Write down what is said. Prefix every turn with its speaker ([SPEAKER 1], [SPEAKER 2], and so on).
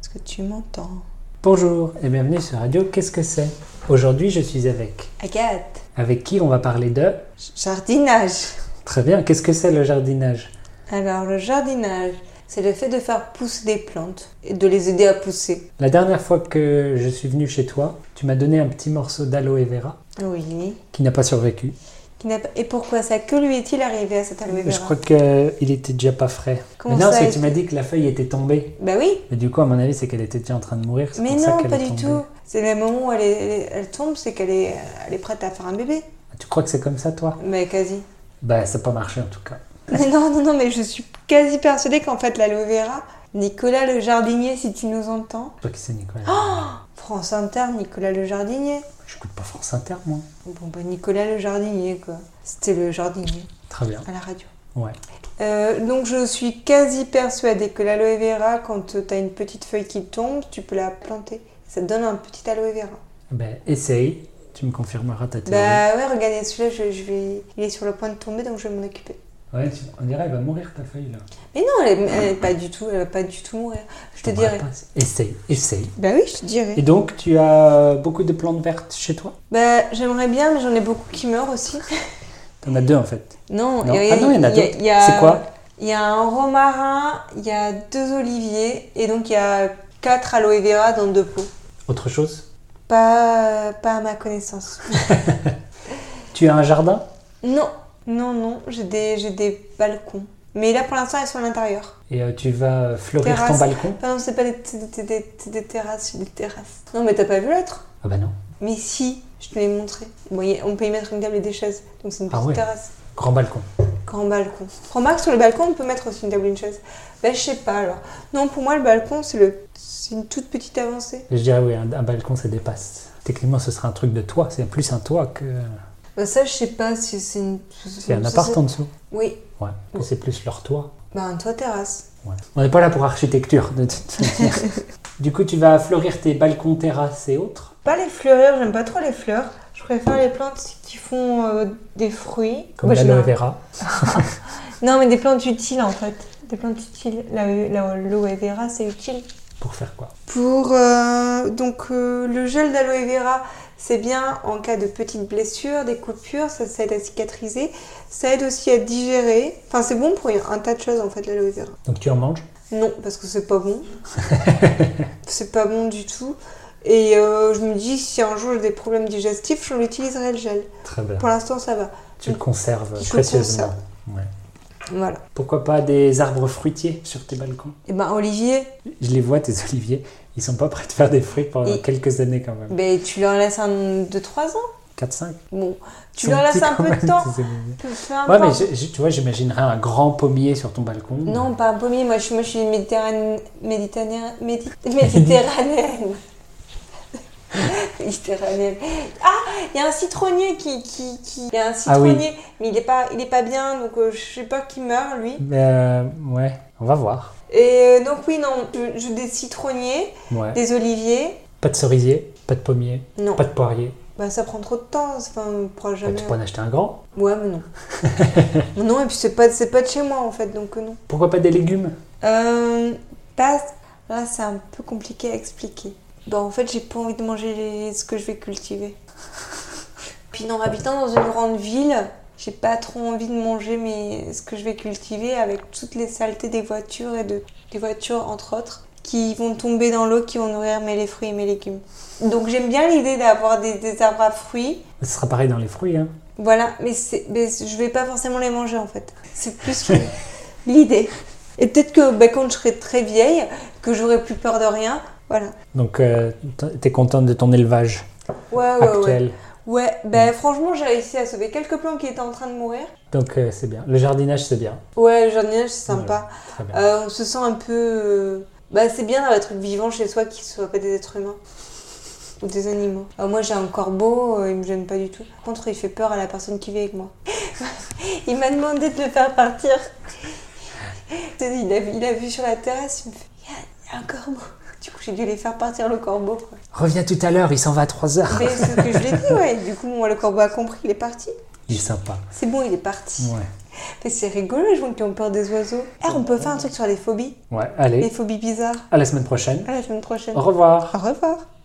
[SPEAKER 1] Est-ce que tu m'entends
[SPEAKER 2] Bonjour et bienvenue sur Radio Qu'est-ce que c'est Aujourd'hui je suis avec.
[SPEAKER 1] Agathe
[SPEAKER 2] Avec qui on va parler de
[SPEAKER 1] j- Jardinage
[SPEAKER 2] Très bien, qu'est-ce que c'est le jardinage
[SPEAKER 1] Alors, le jardinage, c'est le fait de faire pousser des plantes et de les aider à pousser.
[SPEAKER 2] La dernière fois que je suis venu chez toi, tu m'as donné un petit morceau d'aloe vera
[SPEAKER 1] Oui.
[SPEAKER 2] qui n'a pas survécu.
[SPEAKER 1] Qui n'a pas- Et pourquoi ça Que lui est-il arrivé à cette aloe vera
[SPEAKER 2] Je crois qu'il était déjà pas frais.
[SPEAKER 1] Comment
[SPEAKER 2] mais non,
[SPEAKER 1] ça,
[SPEAKER 2] c'est
[SPEAKER 1] il-
[SPEAKER 2] que tu m'as dit que la feuille était tombée.
[SPEAKER 1] Bah oui,
[SPEAKER 2] Mais du coup, à mon avis, c'est qu'elle était déjà en train de mourir. c'est
[SPEAKER 1] mais
[SPEAKER 2] pour ça
[SPEAKER 1] non,
[SPEAKER 2] qu'elle
[SPEAKER 1] pas du
[SPEAKER 2] est tombée.
[SPEAKER 1] tout. C'est le moment où elle, est- elle est- elle tombe, c'est qu'elle est, elle est prête à faire un bébé.
[SPEAKER 2] Ah, Tu crois que c'est comme ça, toi
[SPEAKER 1] Mais quasi.
[SPEAKER 2] Bah, ça n'a pas marché en tout cas.
[SPEAKER 1] Mais non, non, non, mais je suis quasi persuadée qu'en fait, l'aloe vera, Nicolas le jardinier, si tu nous entends,
[SPEAKER 2] Je crois que c'est Nicolas.
[SPEAKER 1] Oh France Inter, Nicolas le jardinier.
[SPEAKER 2] Je J'écoute pas France Inter, moi.
[SPEAKER 1] Bon, bah, Nicolas le jardinier, quoi. C'était le jardinier
[SPEAKER 2] Très bien.
[SPEAKER 1] à la radio.
[SPEAKER 2] Ouais.
[SPEAKER 1] Euh, donc, je suis quasi persuadée que l'aloe vera, quand euh, t'as une petite feuille qui tombe, tu peux la planter. Ça te donne un petit aloe vera.
[SPEAKER 2] Ben, essaye. Tu me confirmeras ta théorie.
[SPEAKER 1] Bah ouais, regardez, celui-là, je, je vais... il est sur le point de tomber, donc je vais m'en occuper.
[SPEAKER 2] Ouais, tu- on dirait elle va mourir ta feuille là.
[SPEAKER 1] Mais non, elle, est- elle est pas du tout, elle va pas du tout mourir. Je te
[SPEAKER 2] T'en parles
[SPEAKER 1] dirai.
[SPEAKER 2] pas. Essaye, essaye.
[SPEAKER 1] Bah oui, je te dirai.
[SPEAKER 2] Et donc, tu as beaucoup de plantes vertes chez toi
[SPEAKER 1] Bah, j'aimerais bien, mais j'en ai beaucoup qui meurent aussi.
[SPEAKER 2] T'en as deux en fait.
[SPEAKER 1] Non, il
[SPEAKER 2] Non.
[SPEAKER 1] y a-
[SPEAKER 2] Ah non, il y en a
[SPEAKER 1] il
[SPEAKER 2] d'autres.
[SPEAKER 1] y a-
[SPEAKER 2] C'est quoi
[SPEAKER 1] Il y a un romarin, il y a deux oliviers, et donc il y a quatre aloe vera dans deux pots.
[SPEAKER 2] Autre chose
[SPEAKER 1] Pas, pas à ma connaissance.
[SPEAKER 2] Tu as un jardin
[SPEAKER 1] non, non, non, j'ai des, j'ai des balcons. Mais là, pour l'instant, elles sont à l'intérieur.
[SPEAKER 2] et euh, tu vas euh, fleurir ton
[SPEAKER 1] Terrasse.
[SPEAKER 2] balcon
[SPEAKER 1] Enfin, non, c'est pas des, c'est des- c'est des- c'est des terrasses, c'est des terrasses. Non, mais t'as pas vu l'autre
[SPEAKER 2] Ah bah non.
[SPEAKER 1] Mais si, je te l'ai montré. Bon, il y a- on peut y mettre une table et des chaises, donc c'est une
[SPEAKER 2] Ah
[SPEAKER 1] petite
[SPEAKER 2] ouais.
[SPEAKER 1] terrasse.
[SPEAKER 2] Grand balcon.
[SPEAKER 1] Grand balcon. Remarque, sur le balcon, on peut mettre aussi une table et une chaise. Bah, je sais pas alors. Non, pour moi, le balcon, c'est le... c'est une toute petite avancée.
[SPEAKER 2] Je dirais oui, un, un balcon ça dépasse. Techniquement, ce serait un truc de toit. C'est plus un toit que.
[SPEAKER 1] Bah, ça, je sais pas si c'est une.
[SPEAKER 2] C'est un
[SPEAKER 1] ça, Oh.
[SPEAKER 2] appart en dessous.
[SPEAKER 1] Oui,
[SPEAKER 2] Ouais. que C'est plus leur toit.
[SPEAKER 1] bah, un toit terrasse.
[SPEAKER 2] Ouais. On n'est pas là pour architecture de toute manière. du coup, tu vas fleurir tes balcons, terrasses et autres.
[SPEAKER 1] Pas les fleurs, j'aime pas trop les fleurs. Je préfère les plantes qui font euh, des fruits.
[SPEAKER 2] Comme
[SPEAKER 1] Moi, j'aime
[SPEAKER 2] l'aloe
[SPEAKER 1] bien.
[SPEAKER 2] vera.
[SPEAKER 1] Non, mais des plantes utiles en fait. Des plantes utiles. La- la- L'aloe vera, c'est utile.
[SPEAKER 2] Pour faire quoi
[SPEAKER 1] Pour euh, donc euh, le gel d'aloe vera, c'est bien en cas de petites blessures, des coupures, ça, ça aide à cicatriser, ça aide aussi à digérer. Enfin, c'est bon pour un tas de choses en fait l'aloe vera.
[SPEAKER 2] Donc tu en manges.
[SPEAKER 1] Non, parce que c'est pas bon. c'est pas bon du tout. Et euh, je me dis si un jour j'ai des problèmes digestifs, je l'utiliserai le gel.
[SPEAKER 2] Très bien.
[SPEAKER 1] Pour l'instant, ça va.
[SPEAKER 2] Tu le conserves
[SPEAKER 1] Je le
[SPEAKER 2] précieusement.
[SPEAKER 1] conserve.
[SPEAKER 2] Ouais.
[SPEAKER 1] Voilà.
[SPEAKER 2] Pourquoi pas des arbres fruitiers sur tes balcons
[SPEAKER 1] Et ben Olivier,
[SPEAKER 2] Je les vois, tes oliviers. Ils sont pas prêts de faire des fruits pendant
[SPEAKER 1] Et-
[SPEAKER 2] quelques années quand même.
[SPEAKER 1] ben tu leur laisses un de 3 ans.
[SPEAKER 2] 4-5.
[SPEAKER 1] Bon, tu leur laisses un peu de temps. Peu
[SPEAKER 2] Ouais, mais
[SPEAKER 1] importe.
[SPEAKER 2] je- je- tu vois, j'imaginerais un grand pommier sur ton balcon.
[SPEAKER 1] Non, pas un pommier, moi je suis, moi, je suis méditerranéenne. Méditerranéenne. médi- Méditerranéenne. Méditerranéenne. Ah, il y a un citronnier qui. qui, qui- Il y a un
[SPEAKER 2] Ah oui.
[SPEAKER 1] citronnier, mais il est, pas, il est pas bien, donc euh, je sais pas qu'il meurt lui.
[SPEAKER 2] Mais euh, ouais, on va voir.
[SPEAKER 1] Et euh, donc, oui, non, je, je- des citronniers,
[SPEAKER 2] Ouais.
[SPEAKER 1] des oliviers.
[SPEAKER 2] Pas de cerisier, pas de pommier,
[SPEAKER 1] Non,
[SPEAKER 2] pas de poirier.
[SPEAKER 1] bah ça prend trop de temps, enfin, on pourra
[SPEAKER 2] Bah,
[SPEAKER 1] jamais. hein.
[SPEAKER 2] tu peux en acheter un grand.
[SPEAKER 1] Ouais, mais non. non, et puis c'est pas, c'est pas de chez moi en fait, donc euh, non.
[SPEAKER 2] Pourquoi pas des légumes
[SPEAKER 1] Euh, pas- Là, c'est un peu compliqué à expliquer. Bah, en fait, j'ai pas envie de manger les- ce que je vais cultiver. Puis, non, habitant dans une grande ville, j'ai pas trop envie de manger mais ce que je vais cultiver avec toutes les saletés des voitures et de... des voitures, entre autres, qui vont tomber dans l'eau, qui vont nourrir mes les fruits et mes légumes. Donc, j'aime bien l'idée d'avoir des... des arbres à fruits.
[SPEAKER 2] Ce sera pareil dans les fruits. Hein.
[SPEAKER 1] Voilà, mais, c'est- mais je vais pas forcément les manger en fait. C'est plus le- l'idée. Et peut-être que bah, quand je serai très vieille, que j'aurai plus peur de rien, voilà.
[SPEAKER 2] Donc, euh, t- t'es contente de ton élevage
[SPEAKER 1] Ah Ouais, ouais, ouais.
[SPEAKER 2] actuel.
[SPEAKER 1] Ouais, bah, franchement, j'ai réussi à sauver quelques plants qui étaient en train de mourir.
[SPEAKER 2] Donc, euh, c'est bien. Le jardinage, c'est bien.
[SPEAKER 1] Ouais, le jardinage, c'est sympa.
[SPEAKER 2] Très bien.
[SPEAKER 1] Euh, on se sent un peu. euh, Bah, c'est bien d'avoir des trucs vivants chez soi qui ne soient pas des êtres humains ou des animaux. Euh, moi, j'ai un corbeau, euh, il me gêne pas du tout. Par contre, il fait peur à la personne qui vit avec moi. il m'a demandé de le faire partir. il, a, il a vu sur la terrasse, il me fait Il y a- il y, a un corbeau. Du coup, j'ai dû les faire partir le corbeau. quoi.
[SPEAKER 2] Reviens tout à l'heure, il s'en va à 3 heures.
[SPEAKER 1] Mais c'est ce que je l'ai dit, ouais. Du coup, moi, le corbeau a compris, il est parti.
[SPEAKER 2] Il est sympa.
[SPEAKER 1] C'est bon, il est parti.
[SPEAKER 2] Ouais.
[SPEAKER 1] Mais c'est rigolo les gens qui ont peur des oiseaux. Eh, on peut faire un truc sur les phobies,
[SPEAKER 2] Ouais,
[SPEAKER 1] les
[SPEAKER 2] allez,
[SPEAKER 1] phobies bizarres.
[SPEAKER 2] à la semaine prochaine.
[SPEAKER 1] À la semaine prochaine.
[SPEAKER 2] Au revoir.
[SPEAKER 1] Au revoir.